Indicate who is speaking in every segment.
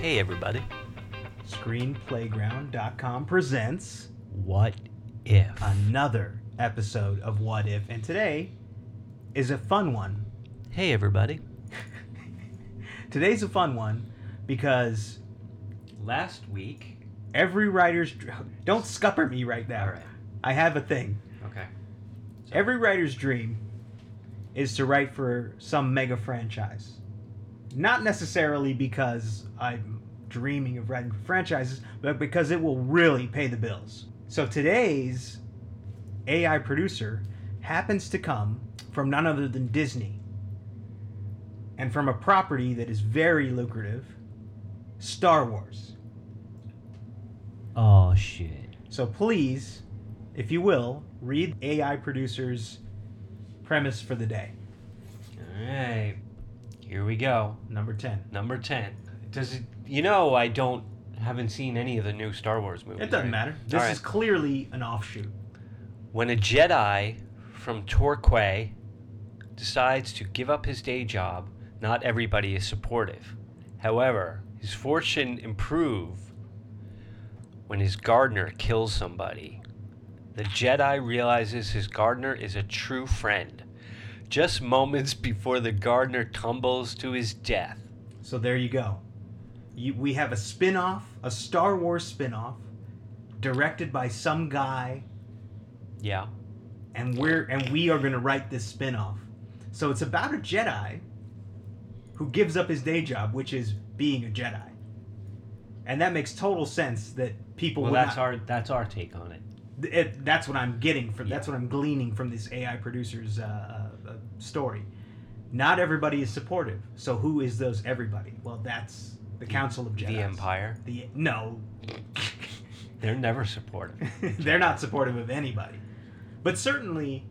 Speaker 1: Hey, everybody.
Speaker 2: Screenplayground.com presents
Speaker 1: What if?
Speaker 3: Uh,
Speaker 2: another episode of What If, and today is a fun one.
Speaker 1: Hey, everybody.
Speaker 2: Today's a fun one because
Speaker 3: Last week.
Speaker 2: every writer's dr- don't scupper me right now.
Speaker 3: All right.
Speaker 2: I have a thing.
Speaker 3: Okay.
Speaker 2: Every writer's dream is to write for some mega franchise. Not necessarily because I'm dreaming of writing for franchises, but because it will really pay the bills. So today's AI producer happens to come from none other than Disney and from a property that is very lucrative Star Wars.
Speaker 1: Oh, shit.
Speaker 2: So please, if you will, read AI producer's premise for the day.
Speaker 3: All right. Here we go.
Speaker 2: Number 10.
Speaker 3: Number 10. Does it. You know, I don't. Haven't seen any of the new Star Wars movies.
Speaker 2: It doesn't
Speaker 3: right?
Speaker 2: matter. This
Speaker 3: All right.
Speaker 2: is clearly an offshoot.
Speaker 3: When a Jedi from Torquay decides to give up his day job, not everybody is supportive. However, his fortune improve when his gardener kills somebody. The Jedi realizes his gardener is a true friend. Just moments before the gardener tumbles to his death.
Speaker 2: So there you go. You, we have a spin off, a Star Wars spin off, directed by some guy,
Speaker 3: Yeah.
Speaker 2: and we're and we are gonna write this spin off. So it's about a Jedi who gives up his day job, which is being a Jedi. And that makes total sense that people
Speaker 3: Well,
Speaker 2: would
Speaker 3: that's
Speaker 2: not-
Speaker 3: our that's our take on it.
Speaker 2: it, that's what I'm getting from that's what I'm gleaning from this AI producer's uh, uh, uh, story. Not everybody is supportive. So who is those everybody? Well, that's the Council of Jedi.
Speaker 3: The Empire.
Speaker 2: The no,
Speaker 3: They're never supportive.
Speaker 2: they're not supportive of anybody. But certainly,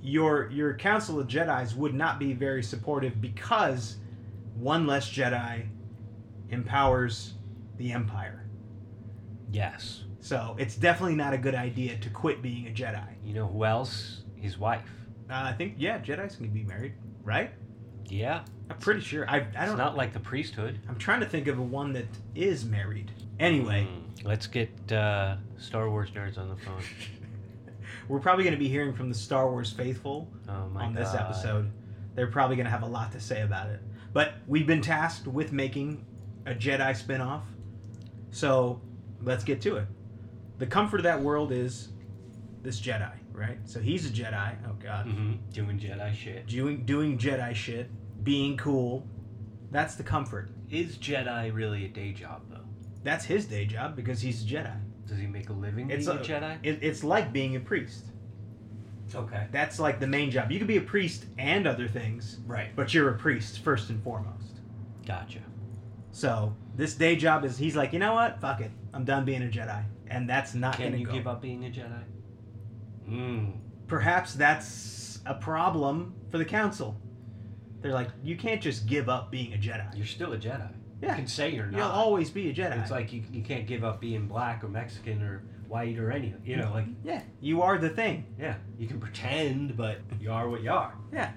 Speaker 2: your your Council of Jedi's would not be very supportive because one less Jedi empowers the Empire.
Speaker 3: yes.
Speaker 2: So it's definitely not a good idea to quit being a Jedi.
Speaker 3: You know who else? His wife.
Speaker 2: Uh, I think yeah, Jedi's can be married, right?
Speaker 3: Yeah.
Speaker 2: I'm pretty sure. I I
Speaker 3: it's
Speaker 2: don't.
Speaker 3: not like the priesthood.
Speaker 2: I'm trying to think of a one that is married. Anyway,
Speaker 3: Mm, let's get uh, Star Wars nerds on the phone.
Speaker 2: we're probably going to be hearing from the Star Wars faithful
Speaker 3: Oh my
Speaker 2: on this
Speaker 3: God.
Speaker 2: episode. They're probably going to have a lot to say about it. But we've been tasked with making a Jedi spin-off. So, let's get to it. The comfort of that world is this Jedi, right? So he's a Jedi. Oh god.
Speaker 3: Mhm, Doing Jedi shit.
Speaker 2: Doing doing Jedi shit, being cool. That's the comfort.
Speaker 3: Is Jedi really a day job though?
Speaker 2: That's his day job because he's a Jedi.
Speaker 3: Does he make a living
Speaker 2: It's
Speaker 3: being
Speaker 2: a-
Speaker 3: a Jedi?
Speaker 2: It, it's like being a priest.
Speaker 3: Okay.
Speaker 2: That's like the main job. You could be a priest and other things,
Speaker 3: Right.
Speaker 2: but you're a priest first and foremost.
Speaker 3: Gotcha.
Speaker 2: So this day job is he's like, you know what? Fuck it. I'm done being a Jedi, and that's not
Speaker 3: Can
Speaker 2: gonna
Speaker 3: you
Speaker 2: go.
Speaker 3: give up being a Jedi? Mm.
Speaker 2: Perhaps that's a problem for the council. They're like, you can't just give up being a Jedi.
Speaker 3: You're still a Jedi.
Speaker 2: Yeah.
Speaker 3: You can say you're
Speaker 2: You'll
Speaker 3: not.
Speaker 2: always be a Jedi.
Speaker 3: it's like you, you can't give up being black or Mexican or white or any. You know, like
Speaker 2: yeah, you are the thing.
Speaker 3: yeah, you can pretend, but you are what you are.
Speaker 2: Yeah.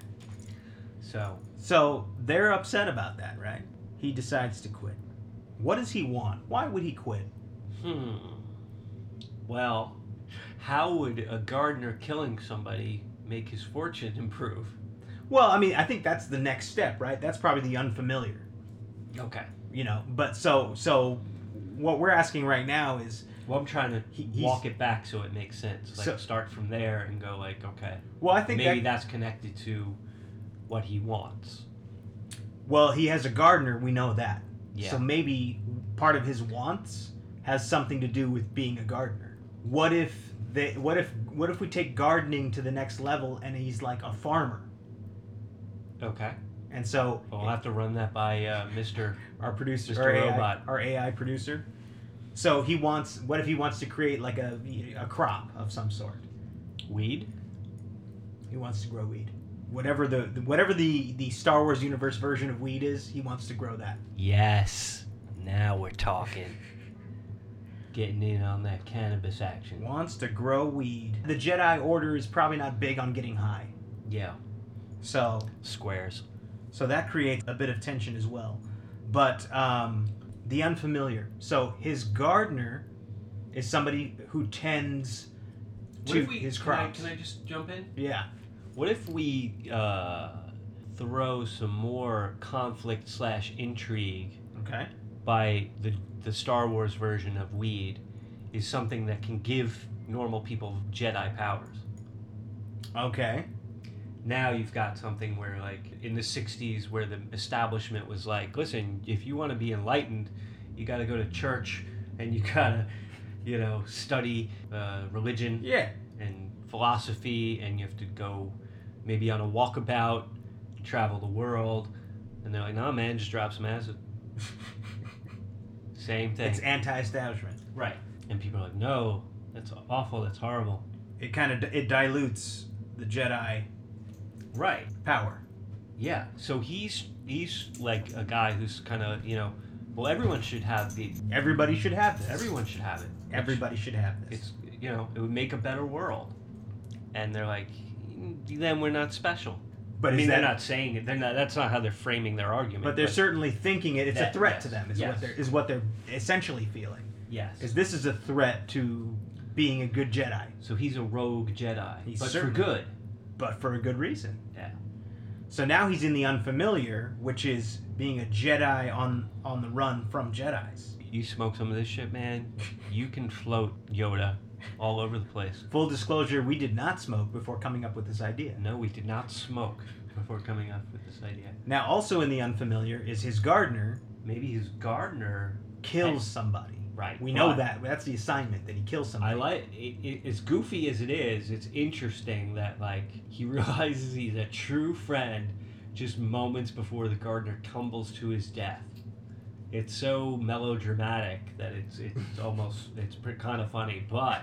Speaker 3: So
Speaker 2: So they're upset about that, right? He decides to quit. What does he want? Why would he quit?
Speaker 3: Hmm. Well, how would a gardener killing somebody make his fortune improve?
Speaker 2: Well, I mean, I think that's the next step, right? That's probably the unfamiliar,
Speaker 3: Okay.
Speaker 2: you know. But so, so what we're asking right now is,
Speaker 3: Well, I'm trying to
Speaker 2: He- he's-
Speaker 3: walk it back so it makes sense. Like
Speaker 2: So-
Speaker 3: start from there and go like, okay,
Speaker 2: well, I think
Speaker 3: maybe
Speaker 2: that,
Speaker 3: that's connected to what he wants.
Speaker 2: well, he has a gardener, we know that.
Speaker 3: Yeah.
Speaker 2: So maybe part of his wants has something to do with being a gardener. What if they? What if? What if we take gardening to the next level and he's like a farmer?
Speaker 3: okay.
Speaker 2: And so
Speaker 3: Well, I'll have to run that by uh, Mr.
Speaker 2: our producer,
Speaker 3: Mr.
Speaker 2: Our, AI,
Speaker 3: Robot.
Speaker 2: our AI producer. So he wants. What if he wants to create like a a crop of some sort?
Speaker 3: Weed.
Speaker 2: He wants to grow weed. Whatever the, the- whatever the the Star Wars universe version of weed is, he wants to grow that.
Speaker 3: Yes. Now we're talking. Getting in on that cannabis action.
Speaker 2: Wants to grow weed. The Jedi Order is probably not big on getting high.
Speaker 3: Yeah.
Speaker 2: So
Speaker 3: Squares.
Speaker 2: so that creates a bit of tension as well. But um the unfamiliar. So his gardener is somebody who tends
Speaker 4: What
Speaker 2: to
Speaker 4: if we,
Speaker 2: his
Speaker 4: can I-
Speaker 2: crops.
Speaker 4: can I just jump in?
Speaker 2: Yeah.
Speaker 3: What if we uh, throw some more conflict slash intrigue
Speaker 2: Okay.
Speaker 3: by the the Star Wars version of weed is something that can give normal people Jedi powers.
Speaker 2: Okay.
Speaker 3: Now you've got something where like in the 60s where the establishment was like, listen, if you want to be enlightened, you got to go to church and you got to you know study uh, religion
Speaker 2: Yeah.
Speaker 3: and philosophy and you have to go maybe on a walkabout, travel the world. And they're like, nah, man, just drop some acid. Same thing.
Speaker 2: It's anti-establishment.
Speaker 3: Right. And people are like, no, that's awful, that's horrible.
Speaker 2: It kind of it dilutes the Jedi
Speaker 3: Right.
Speaker 2: power.
Speaker 3: Yeah. So he's he's like a guy who's kind of you know, well everyone should have the
Speaker 2: Everybody should have this.
Speaker 3: everyone should have it.
Speaker 2: Everybody should have this.
Speaker 3: It's you know it would make a better world. And they're like, then we're not special.
Speaker 2: But
Speaker 3: I
Speaker 2: is
Speaker 3: mean,
Speaker 2: that
Speaker 3: they're not saying it. They're not. That's not how they're framing their argument.
Speaker 2: But they're certainly thinking it. It's
Speaker 3: That-
Speaker 2: a threat
Speaker 3: yes,
Speaker 2: to them. Is
Speaker 3: yes.
Speaker 2: what they're is what they're essentially feeling.
Speaker 3: yes.
Speaker 2: Is this is a threat to being a good Jedi,
Speaker 3: so he's a rogue Jedi,
Speaker 2: He's
Speaker 3: but
Speaker 2: certainly-
Speaker 3: for good.
Speaker 2: but for a good reason.
Speaker 3: Yeah.
Speaker 2: So now he's in the unfamiliar, which is being a Jedi on on the run from Jedi's.
Speaker 3: You smoke some of this shit, man. You can float Yoda all over the place.
Speaker 2: Full disclosure: we did not smoke before coming up with this idea.
Speaker 3: No, we did not smoke before coming up with this idea.
Speaker 2: Now, also in the unfamiliar is his gardener
Speaker 3: Maybe his gardener.
Speaker 2: kills somebody.
Speaker 3: Right.
Speaker 2: We know
Speaker 3: but
Speaker 2: that. That's the assignment that he kills
Speaker 3: I
Speaker 2: somebody.
Speaker 3: like it, it, as goofy as it is. It's interesting that like he realizes he's a true friend just moments before the gardener tumbles to his death. It's so melodramatic that it's it's almost it's kind of funny, but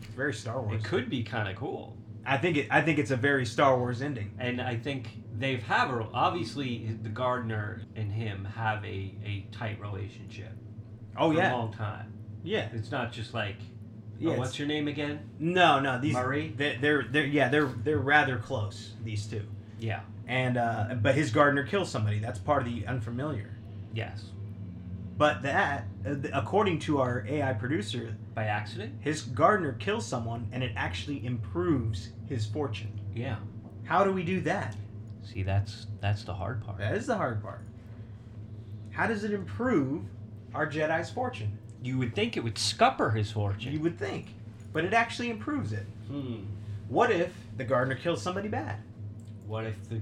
Speaker 2: It's very Star Wars.
Speaker 3: it could be kind of cool.
Speaker 2: I think it. I think it's a very Star Wars ending.
Speaker 3: And I think they've have a, obviously the gardener and him have a, a tight relationship.
Speaker 2: Oh
Speaker 3: for a
Speaker 2: yeah,
Speaker 3: long time.
Speaker 2: yeah,
Speaker 3: It's not just like,
Speaker 2: yeah.
Speaker 3: oh,
Speaker 2: it's-
Speaker 3: what's your name again?
Speaker 2: No, no. These
Speaker 3: Murray?
Speaker 2: They, they're they're yeah they're they're rather close these two.
Speaker 3: Yeah.
Speaker 2: And uh, but his gardener kills somebody. That's part of the unfamiliar.
Speaker 3: Yes.
Speaker 2: But that, uh, according to our AI producer,
Speaker 3: By accident?
Speaker 2: his gardener kills someone, and it actually improves his fortune.
Speaker 3: Yeah.
Speaker 2: How do we do that?
Speaker 3: See, that's that's the hard part.
Speaker 2: That is the hard part. How does it improve our Jedi's fortune?
Speaker 3: You would think it would scupper his fortune.
Speaker 2: You would think, but it actually improves it.
Speaker 3: Hmm.
Speaker 2: What if the gardener kills somebody bad?
Speaker 3: What if the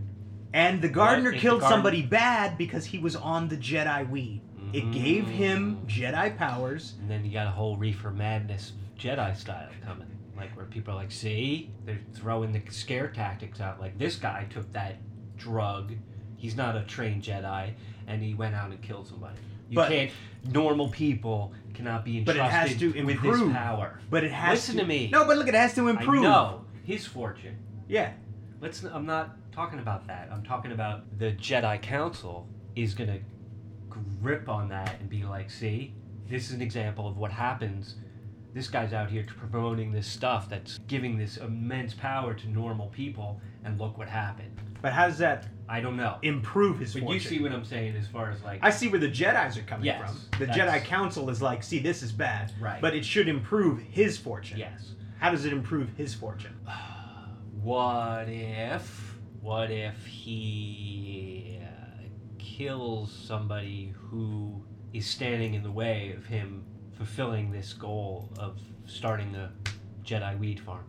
Speaker 2: And the gardener
Speaker 3: if the
Speaker 2: killed
Speaker 3: garden-
Speaker 2: somebody bad because he was on the Jedi weed.
Speaker 3: Mm-hmm.
Speaker 2: It gave him
Speaker 3: Mm.
Speaker 2: Jedi powers.
Speaker 3: And then you got a whole reefer madness Jedi style coming, like where people are like, "See, they're throwing the scare tactics out. Like this guy took that drug. He's not a trained Jedi, and he went out and killed somebody. You
Speaker 2: But-
Speaker 3: can't. Normal people cannot be
Speaker 2: But it
Speaker 3: entrusted
Speaker 2: has to
Speaker 3: with
Speaker 2: improve.
Speaker 3: this power.
Speaker 2: But it has
Speaker 3: Listen
Speaker 2: to,
Speaker 3: to me.
Speaker 2: No, but look, it has to improve.
Speaker 3: I know his fortune.
Speaker 2: Yeah.
Speaker 3: Let's. I'm not talking about that. I'm talking about the Jedi Council is gonna grip on that and be like, see, this is an example of what happens. This guy's out here promoting this stuff that's giving this immense power to normal people, and look what happened.
Speaker 2: But how does that
Speaker 3: I don't know.
Speaker 2: improve his
Speaker 3: But
Speaker 2: fortune?
Speaker 3: you see what I'm saying as far as like,
Speaker 2: I see where the Jedi's are coming
Speaker 3: Yes,
Speaker 2: from. The
Speaker 3: that's-
Speaker 2: Jedi Council is like, see, this is bad.
Speaker 3: Right.
Speaker 2: But it should improve his fortune.
Speaker 3: yes.
Speaker 2: How does it improve his fortune?
Speaker 3: What if? What if he uh, kills somebody who is standing in the way of him fulfilling this goal of starting a Jedi weed farm,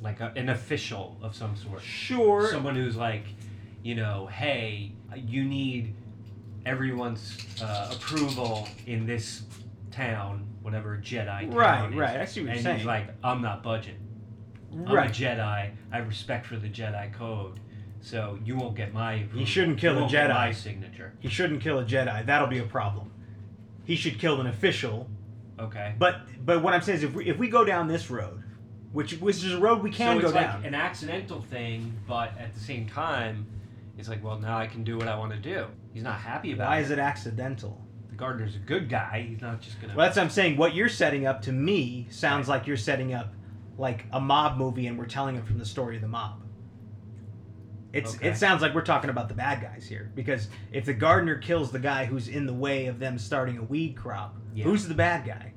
Speaker 3: like a, an official of some sort,
Speaker 2: Sure.
Speaker 3: someone who's like, you know, hey, you need everyone's uh, approval in this town, whatever Jedi town
Speaker 2: right,
Speaker 3: is.
Speaker 2: right. I see what
Speaker 3: And
Speaker 2: you're saying.
Speaker 3: he's like, I'm not budging. I'm a
Speaker 2: right.
Speaker 3: Jedi. I have respect for the Jedi code, so you won't get my. approval.
Speaker 2: shouldn't kill
Speaker 3: You
Speaker 2: a
Speaker 3: won't get
Speaker 2: Jedi.
Speaker 3: My signature.
Speaker 2: He shouldn't kill a Jedi. That'll be a problem. He should kill an official.
Speaker 3: Okay.
Speaker 2: But but what I'm saying is, if we if we go down this road, which which is a road we can
Speaker 3: so
Speaker 2: go
Speaker 3: it's
Speaker 2: down.
Speaker 3: like an accidental thing, but at the same time, it's like, well, now I can do what I want to do. He's not happy about
Speaker 2: Why
Speaker 3: it.
Speaker 2: is it accidental?
Speaker 3: The gardener's a good guy. He's not just gonna.
Speaker 2: Well, that's what I'm saying. What you're setting up to me sounds like you're setting up like a mob movie, and we're telling it from the story of the mob. It's
Speaker 5: Okay.
Speaker 2: it sounds like we're talking about the bad guys here because if the gardener kills the guy who's in the way of them starting a weed crop,
Speaker 3: Yeah.
Speaker 2: who's the bad guy?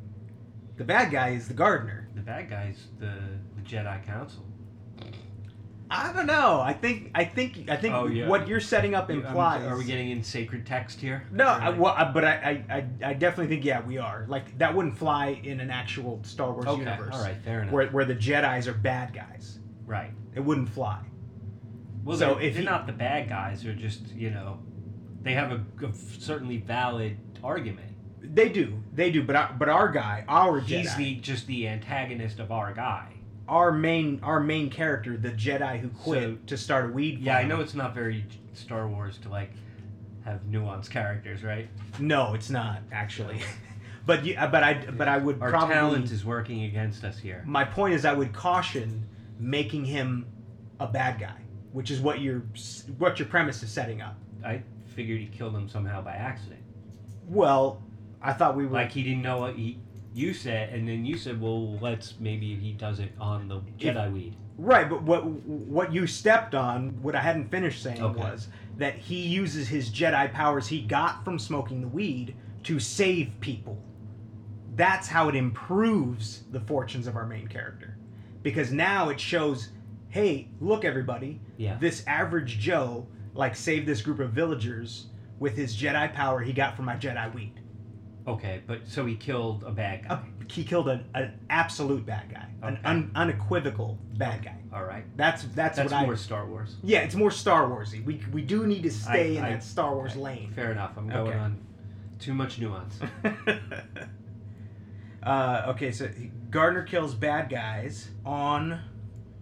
Speaker 2: The bad guy is the gardener.
Speaker 3: The bad guy's the, the Jedi Council.
Speaker 2: I don't know. I think I think I think
Speaker 3: Oh, yeah.
Speaker 2: what you're setting up
Speaker 3: You- I'm-
Speaker 2: implies.
Speaker 3: Are we getting in sacred text here?
Speaker 2: No,
Speaker 3: Or
Speaker 2: I,
Speaker 3: like-
Speaker 2: well, I, but I, I, I I definitely think yeah we are like that wouldn't fly in an actual Star Wars
Speaker 3: okay,
Speaker 2: universe
Speaker 3: all right, fair enough.
Speaker 2: where where the Jedi's are bad guys.
Speaker 3: right.
Speaker 2: It wouldn't fly.
Speaker 3: Well,
Speaker 2: So
Speaker 3: they're,
Speaker 2: if
Speaker 3: they're
Speaker 2: he-
Speaker 3: not the bad guys. They're just you know, they have a, g- certainly valid argument.
Speaker 2: They do, they do. But I, but our guy, our
Speaker 3: He's
Speaker 2: Jedi,
Speaker 3: the just the antagonist of our guy.
Speaker 2: our main our main character, the Jedi who quit
Speaker 3: So-
Speaker 2: to start a weed.
Speaker 3: Yeah, I
Speaker 2: farm.
Speaker 3: know it's not very Star Wars to like have nuanced characters, right?
Speaker 2: No, it's not actually. but you, but I but I would
Speaker 3: Our
Speaker 2: probably
Speaker 3: talent is working against us here.
Speaker 2: my point is I would caution making him a bad guy, which is what your what your premise is setting up.
Speaker 3: I figured he killed him somehow by accident.
Speaker 2: Well, I thought we were
Speaker 3: Like he didn't know what he. You said, and then you said, "Well, let's maybe he does it on the Jedi weed."
Speaker 2: right, but what what you stepped on, what I hadn't finished saying
Speaker 3: Okay.
Speaker 2: was that he uses his Jedi powers he got from smoking the weed to save people. That's how it improves the fortunes of our main character. Because now it shows, hey, look everybody,
Speaker 3: Yeah.
Speaker 2: this average Joe like saved this group of villagers with his Jedi power he got from my Jedi weed.
Speaker 3: Okay, but so he killed a bad guy.
Speaker 2: Uh, He killed an, an absolute bad guy, an
Speaker 3: Okay.
Speaker 2: un, unequivocal bad guy.
Speaker 3: All right,
Speaker 2: That's that's,
Speaker 3: that's
Speaker 2: what
Speaker 3: more
Speaker 2: I.
Speaker 3: Star Wars.
Speaker 2: Yeah, it's more Star Warsy. We we do need to stay in
Speaker 3: I-
Speaker 2: that Star Wars
Speaker 3: I-
Speaker 2: lane.
Speaker 3: Fair enough. I'm going
Speaker 2: Okay.
Speaker 3: on too much nuance.
Speaker 2: uh, okay, so Gardner kills bad guys on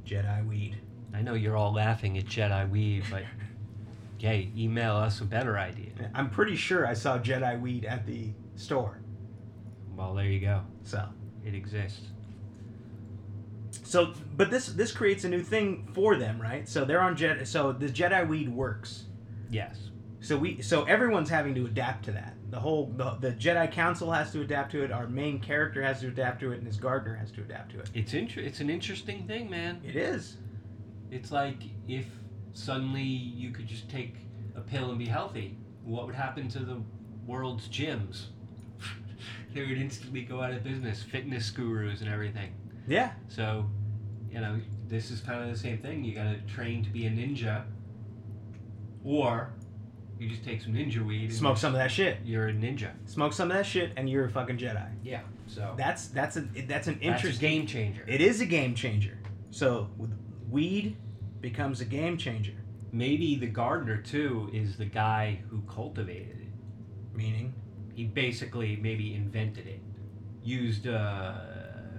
Speaker 2: Jedi weed.
Speaker 3: I know you're all laughing at Jedi weed, but yay, email us a better idea.
Speaker 2: I'm pretty sure I saw Jedi weed at the store.
Speaker 3: Well, there you go.
Speaker 2: So.
Speaker 3: It exists.
Speaker 2: So, but this this creates a new thing for them, right? So they're on Jedi. So the Jedi weed works.
Speaker 3: Yes.
Speaker 2: So we so everyone's having to adapt to that. The whole the, the Jedi Council has to adapt to it. Our main character has to adapt to it, and his gardener has to adapt to it.
Speaker 3: It's inter- It's an interesting thing, man.
Speaker 2: It is.
Speaker 3: It's like if suddenly you could just take a pill and be healthy, what would happen to the world's gyms? they would instantly go out of business, fitness gurus and everything.
Speaker 2: Yeah.
Speaker 3: So, you know, this is kind of the same thing. You got to train to be a ninja, or you just take some ninja weed. And
Speaker 2: Smoke some of that shit.
Speaker 3: You're a ninja.
Speaker 2: Smoke some of that shit, and you're a fucking Jedi.
Speaker 3: Yeah. So
Speaker 2: That's that's a that's an
Speaker 3: Oh. that's a
Speaker 2: interesting.
Speaker 3: game changer.
Speaker 2: It is a game changer. So weed becomes a game changer.
Speaker 3: Maybe the gardener too is the guy who cultivated it.
Speaker 2: Meaning,
Speaker 3: He basically maybe invented it, used uh,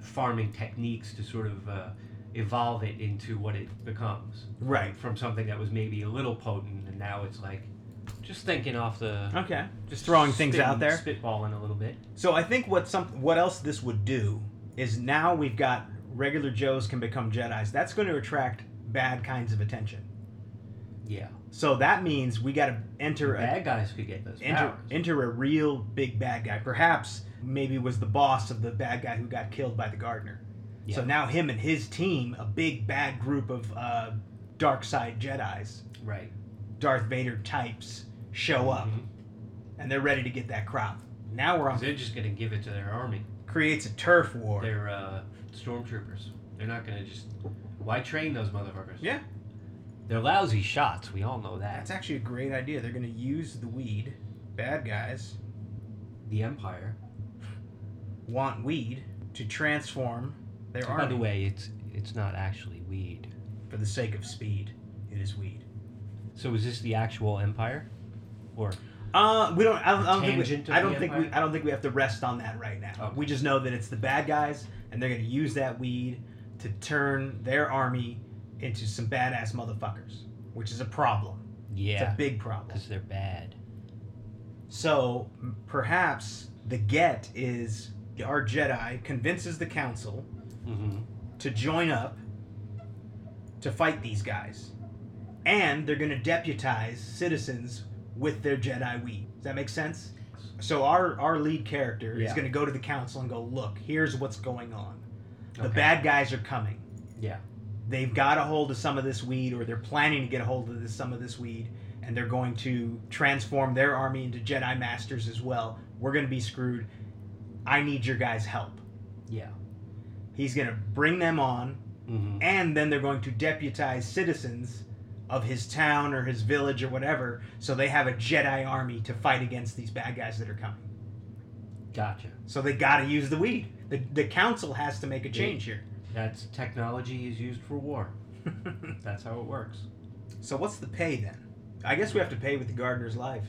Speaker 3: farming techniques to sort of uh, evolve it into what it becomes.
Speaker 2: right?
Speaker 3: From something that was maybe a little potent, and now it's like just thinking off the
Speaker 2: Okay. Just throwing things
Speaker 3: spitting-
Speaker 2: out there.
Speaker 3: spitballing a little bit.
Speaker 2: So I think what some what else this would do is now we've got regular Joes can become Jedi's. That's going to attract bad kinds of attention.
Speaker 3: Yeah,
Speaker 2: So that means we got to enter a
Speaker 3: bad guys could get those
Speaker 2: enter,
Speaker 3: powers.
Speaker 2: enter a real big bad guy. Perhaps maybe was the boss of the bad guy who got killed by the gardener. So
Speaker 3: Yeah.
Speaker 2: now him and his team, a big bad group of uh, dark side Jedi's,
Speaker 3: right.
Speaker 2: Darth Vader types, show up
Speaker 3: Mhm.
Speaker 2: and they're ready to get that crop. Now we're
Speaker 3: 'Cause
Speaker 2: on
Speaker 3: They're just gonna give it to their army.
Speaker 2: creates a turf war.
Speaker 3: They're uh, stormtroopers. They're not gonna just. Why train those motherfuckers?
Speaker 2: Yeah.
Speaker 3: They're lousy shots. We all know that.
Speaker 2: That's actually a great idea. They're going to use the weed. Bad guys
Speaker 3: the Empire.
Speaker 2: want weed to transform their
Speaker 3: By the
Speaker 2: army
Speaker 3: way, it's it's not actually weed.
Speaker 2: for the sake of speed. It is weed.
Speaker 3: So is this the actual Empire, or
Speaker 2: Uh, we don't. I don't, I don't think.
Speaker 3: Tangent
Speaker 2: We,
Speaker 3: of
Speaker 2: I
Speaker 3: the
Speaker 2: don't think we.
Speaker 3: empire?
Speaker 2: I don't think we have to rest on that right now.
Speaker 3: Okay.
Speaker 2: We just know that it's the bad guys, and they're going to use that weed to turn their army into some badass motherfuckers, which is a problem. It's
Speaker 3: yeah,
Speaker 2: a big problem.
Speaker 3: because they're bad.
Speaker 2: So m- perhaps the get is our Jedi convinces the Council
Speaker 3: Mm-hmm.
Speaker 2: to join up to fight these guys. And they're going to deputize citizens with their Jedi weed. Does that make sense? So our our lead character is
Speaker 3: Yeah.
Speaker 2: going to go to the council and go, "Look, here's what's going on. The
Speaker 3: Okay.
Speaker 2: bad guys are coming.
Speaker 3: Yeah.
Speaker 2: they've got a hold of some of this weed or they're planning to get a hold of this, some of this weed and they're going to transform their army into Jedi Masters as well. We're going to be screwed. I need your guys' help.
Speaker 4: Yeah.
Speaker 2: He's going to bring them on
Speaker 4: Mm-hmm.
Speaker 2: and then they're going to deputize citizens of his town or his village or whatever so they have a Jedi army to fight against these bad guys that are coming.
Speaker 4: Gotcha.
Speaker 2: So they got to use the weed. The, the council has to make a change here.
Speaker 4: That's technology is used for war. That's how it works.
Speaker 2: so what's the pay then? I guess we have to pay with the gardener's life,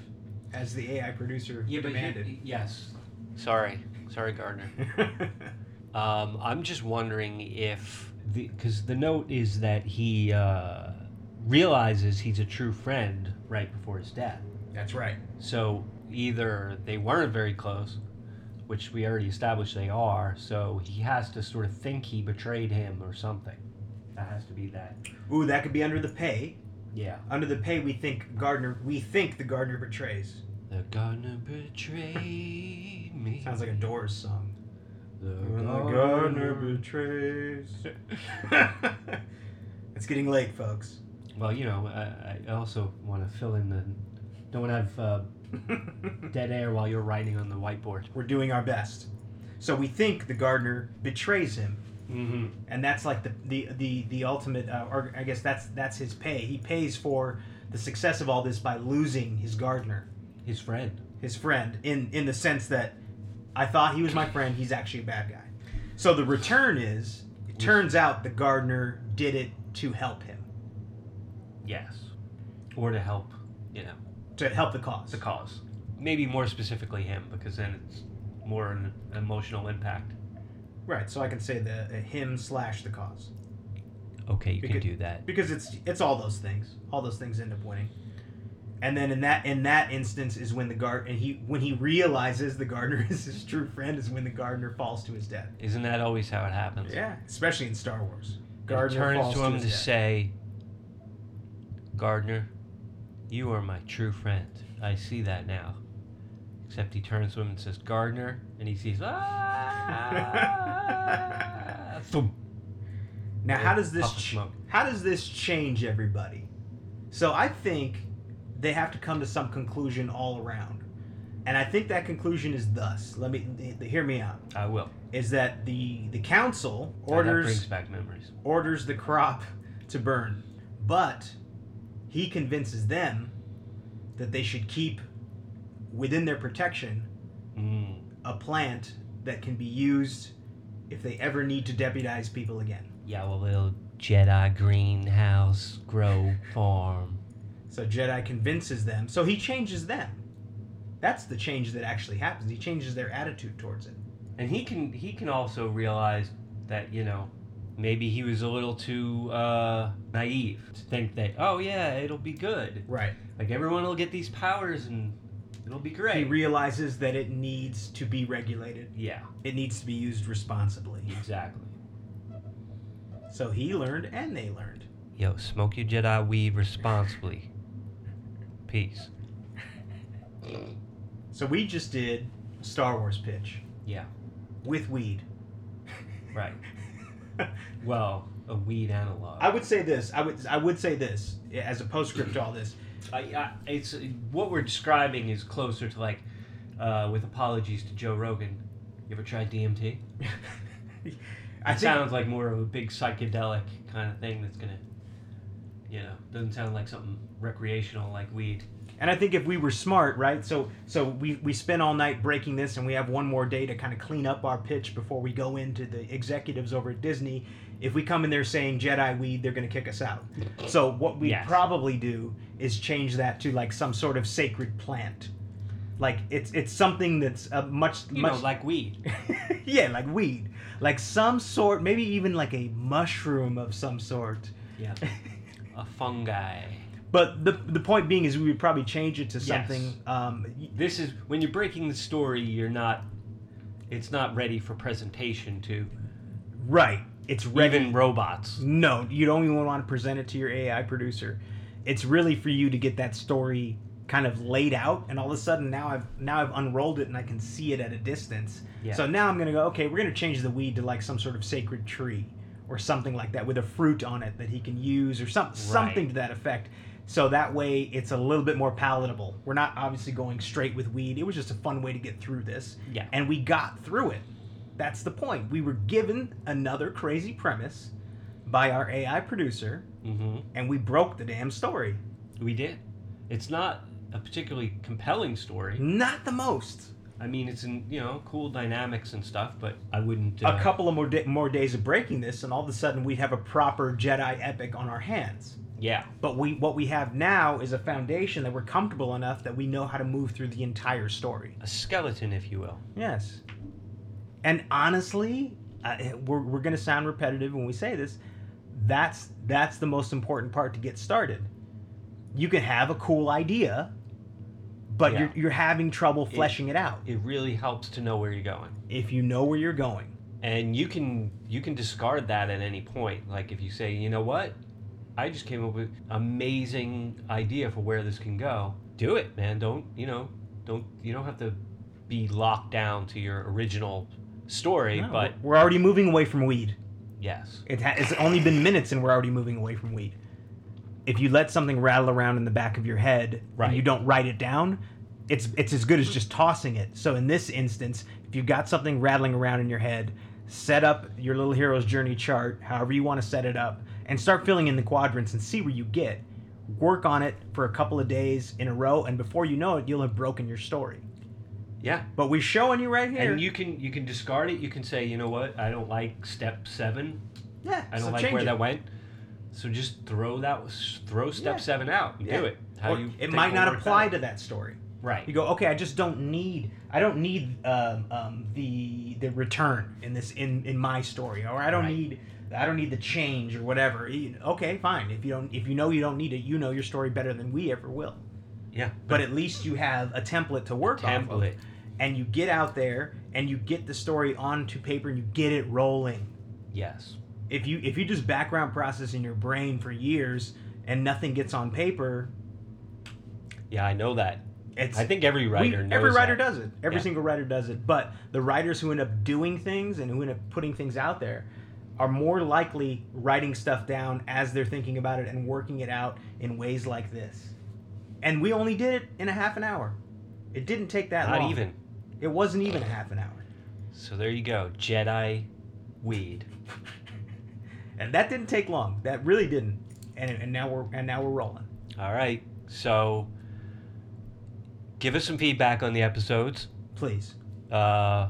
Speaker 2: as the AI producer
Speaker 4: Yeah, but
Speaker 2: demanded.
Speaker 4: you, yes.
Speaker 3: Sorry, sorry, Gardner. Um, I'm just wondering if
Speaker 4: Because the, note is that he uh, realizes he's a true friend right before his death.
Speaker 2: That's right.
Speaker 4: So either they weren't very close, which we already established they are, so he has to sort of think he betrayed him or something. That has to be that.
Speaker 2: Ooh, that could be under the pay.
Speaker 4: Yeah.
Speaker 2: Under the pay, we think gardener. We think the gardener betrays.
Speaker 4: The gardener betrayed me.
Speaker 2: Sounds like a Doors song.
Speaker 4: The
Speaker 2: When the gardener betrays. it's getting late, folks.
Speaker 4: Well, you know, I, I also want to fill in the. Don't have uh, dead air while you're writing on the whiteboard.
Speaker 2: We're doing our best. So we think the gardener betrays him,
Speaker 4: Mm-hmm.
Speaker 2: and that's like the the the, the ultimate. Uh, or I guess that's that's his pay. He pays for the success of all this by losing his gardener,
Speaker 4: His friend.
Speaker 2: his friend, in in the sense that I thought he was my friend. He's actually a bad guy. So the return is. It turns out the gardener did it to help him,
Speaker 4: Yes. Or to help, you know,
Speaker 2: to help the cause.
Speaker 4: the cause. Maybe more specifically him, because then it's more an emotional impact.
Speaker 2: Right. So I can say the uh, him slash the cause
Speaker 1: Okay, you
Speaker 2: We
Speaker 1: can
Speaker 2: could-
Speaker 1: do that.
Speaker 2: because it's it's all those things. All those things end up winning. And then in that in that instance is when the guard and he when he realizes the gardener is his true friend is when the gardener falls to his death.
Speaker 3: isn't that always how it happens?
Speaker 2: Yeah, especially in Star Wars.
Speaker 3: It
Speaker 2: Gardener
Speaker 3: turns
Speaker 2: falls
Speaker 3: to him to,
Speaker 2: his death.
Speaker 3: say, Gardner, you are my true friend. I see that now. Except he turns to him and says, Gardner, and he sees, ah, thump.
Speaker 2: Now, how does this
Speaker 3: Puff of
Speaker 2: ch-
Speaker 3: smoke.
Speaker 2: how does this change everybody? So I think they have to come to some conclusion all around, and I think that conclusion is thus. Let me hear me out.
Speaker 3: I will.
Speaker 2: Is that the the council
Speaker 3: That brings
Speaker 2: orders
Speaker 3: back memories.
Speaker 2: orders the crop to burn, but he convinces them that they should keep within their protection
Speaker 3: Mm.
Speaker 2: a plant that can be used if they ever need to deputize people again.
Speaker 3: Yeah, well, little Jedi greenhouse grow farm.
Speaker 2: So Jedi convinces them. So he changes them. That's the change that actually happens. He changes their attitude towards it.
Speaker 3: and he can he can also realize that you know maybe he was a little too uh, naive to think that oh yeah it'll be good
Speaker 2: Right.
Speaker 3: like everyone will get these powers and it'll be
Speaker 2: He
Speaker 3: great
Speaker 2: realizes that it needs to be regulated.
Speaker 3: yeah
Speaker 2: It needs to be used responsibly.
Speaker 3: exactly
Speaker 2: So he learned and they learned.
Speaker 3: yo smoke your Jedi weed responsibly peace
Speaker 2: So we just did a Star Wars pitch.
Speaker 3: Yeah.
Speaker 2: With weed.
Speaker 3: right well a weed analog
Speaker 2: I would say this. I would I would say this as a postscript to all this.
Speaker 3: I, I, it's what we're describing is closer to like uh, with apologies to Joe Rogan you ever tried DMT
Speaker 2: I
Speaker 3: it
Speaker 2: think
Speaker 3: sounds like more of a big psychedelic kind of thing that's gonna, you know, doesn't sound like something recreational like weed.
Speaker 2: And I think if we were smart, right? So so we we spent all night breaking this, and we have one more day to kind of clean up our pitch before we go into the executives over at Disney. If we come in there saying Jedi weed, they're going to kick us out. So what we
Speaker 3: Yes.
Speaker 2: probably do is change that to like some sort of sacred plant. Like it's it's something that's a much
Speaker 3: You
Speaker 2: much
Speaker 3: know, like weed.
Speaker 2: yeah like weed like some sort maybe even like a mushroom of some sort
Speaker 3: Yeah. a fungi.
Speaker 2: but the the point being is we would probably change it to something
Speaker 3: Yes.
Speaker 2: um y-
Speaker 3: This is when you're breaking the story, you're not. It's not ready for presentation to
Speaker 2: right it's ready
Speaker 3: even robots.
Speaker 2: No, you don't even want to present it to your AI producer. It's really for you to get that story kind of laid out, and all of a sudden now I've now I've unrolled it and I can see it at a distance.
Speaker 3: Yeah.
Speaker 2: So now I'm gonna go. Okay, we're gonna change the weed to like some sort of sacred tree or something like that with a fruit on it that he can use or some, something to that effect. So that way it's a little bit more palatable. We're not obviously going straight with weed. It was just a fun way to get through this.
Speaker 6: Yeah.
Speaker 2: And we got through it. That's the point. We were given another crazy premise by our AI producer
Speaker 6: Mm-hmm.
Speaker 2: and we broke the damn story.
Speaker 6: We did.
Speaker 3: It's not a particularly compelling story.
Speaker 2: Not the most.
Speaker 3: I mean, it's in you know cool dynamics and stuff, but I wouldn't. Uh,
Speaker 2: a couple of more, da- more days of breaking this, and all of a sudden we'd have a proper Jedi epic on our hands.
Speaker 3: Yeah,
Speaker 2: But we what we have now is a foundation that we're comfortable enough that we know how to move through the entire story.
Speaker 3: a skeleton, if you will.
Speaker 2: Yes. And honestly, I, we're, we're going to sound repetitive when we say this. That's that's the most important part to get started. You can have a cool idea, but
Speaker 3: Yeah.
Speaker 2: you're, you're having trouble fleshing it out
Speaker 3: It really helps to know where you're going.
Speaker 2: if you know where you're going.
Speaker 3: and you can you can discard that at any point like if you say you know what i just came up with amazing idea for where this can go do it man don't you know don't you don't have to be locked down to your original story
Speaker 2: No,
Speaker 3: but
Speaker 2: we're already moving away from weed.
Speaker 3: yes
Speaker 2: It ha- it's only been minutes and we're already moving away from weed. If you let something rattle around in the back of your head
Speaker 3: Right.
Speaker 2: and you don't write it down, it's it's as good as just tossing it. So in this instance, if you've got something rattling around in your head, set up your little hero's journey chart, however you want to set it up, and start filling in the quadrants and see where you get. Work on it for a couple of days in a row, and before you know it, you'll have broken your story.
Speaker 3: yeah
Speaker 2: But we're showing you right here.
Speaker 3: and you can you can discard it you can say you know what i don't like step seven
Speaker 2: yeah,
Speaker 3: i don't
Speaker 2: so
Speaker 3: like
Speaker 2: change
Speaker 3: where
Speaker 2: it.
Speaker 3: that went so just throw that throw step
Speaker 2: Yeah.
Speaker 3: seven out and
Speaker 2: Yeah.
Speaker 3: do it how
Speaker 2: Or
Speaker 3: you
Speaker 2: it
Speaker 3: think
Speaker 2: might
Speaker 3: will
Speaker 2: not
Speaker 3: work
Speaker 2: apply
Speaker 3: better.
Speaker 2: to that story.
Speaker 3: right
Speaker 2: You go, okay, I just don't need, I don't need um, um, the the return in this in in my story, or I don't
Speaker 3: Right.
Speaker 2: need, I don't need the change or whatever. You- Okay, fine. If you don't, if you know you don't need it, you know your story better than we ever will.
Speaker 3: yeah
Speaker 2: But at least you have a template to work off of,
Speaker 3: template
Speaker 2: and you get out there and you get the story onto paper and you get it rolling.
Speaker 3: yes
Speaker 2: If you if you just background process in your brain for years and nothing gets on paper,
Speaker 3: Yeah, I know that.
Speaker 2: it's
Speaker 3: I think every
Speaker 2: We-
Speaker 3: writer knows
Speaker 2: every writer
Speaker 3: that.
Speaker 2: does it every
Speaker 3: Yeah.
Speaker 2: single writer does it but the writers who end up doing things and who end up putting things out there are more likely writing stuff down as they're thinking about it and working it out in ways like this and we only did it in a half an hour it didn't take that
Speaker 3: Not
Speaker 2: long
Speaker 3: even.
Speaker 2: it wasn't even a half an hour
Speaker 3: So there you go. Jedi weed.
Speaker 2: and that didn't take long that really didn't and, and now we're and now we're rolling
Speaker 3: All right. So give us some feedback on the episodes.
Speaker 2: please
Speaker 3: Uh,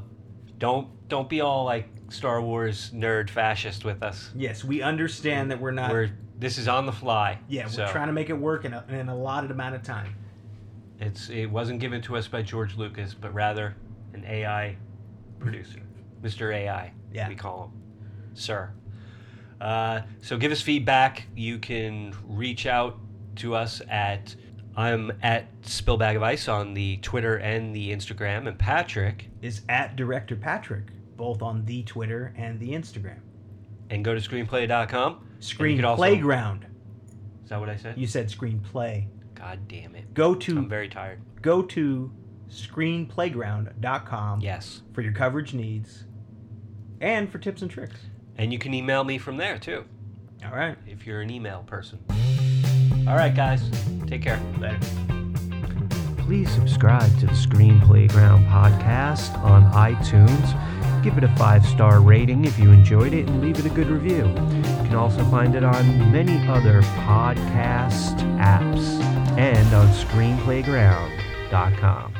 Speaker 3: don't don't be all like Star Wars nerd fascist with us.
Speaker 2: yes we understand that we're not
Speaker 3: we're this is on the fly.
Speaker 2: yeah we're
Speaker 3: so
Speaker 2: trying to make it work in a, in an allotted amount of time
Speaker 3: It's it wasn't given to us by George Lucas, but rather an AI producer, Mr. AI.
Speaker 2: Yeah.
Speaker 3: we call him, sir. Uh, so give us feedback. You can reach out to us at I'm at Spillbag of Ice on the Twitter and the Instagram, and Patrick.
Speaker 2: is at director Patrick, both on the Twitter and the Instagram.
Speaker 3: And go to screenplay.com. And you
Speaker 2: Screen
Speaker 3: could also-
Speaker 2: playground.
Speaker 3: Is that what I said?
Speaker 2: You said screenplay.
Speaker 3: God damn it!
Speaker 2: Go
Speaker 3: I'm
Speaker 2: to
Speaker 3: very tired.
Speaker 2: go to screenplayground.com
Speaker 3: Yes,
Speaker 2: for your coverage needs and for tips and tricks.
Speaker 3: and you can email me from there too
Speaker 2: All right.
Speaker 3: if you're an email person. All right, guys, take care.
Speaker 2: Later.
Speaker 7: Please subscribe to the Screen Playground podcast on iTunes. Give it a five star rating if you enjoyed it and leave it a good review. You can also find it on many other podcast apps and on screenplayground.com.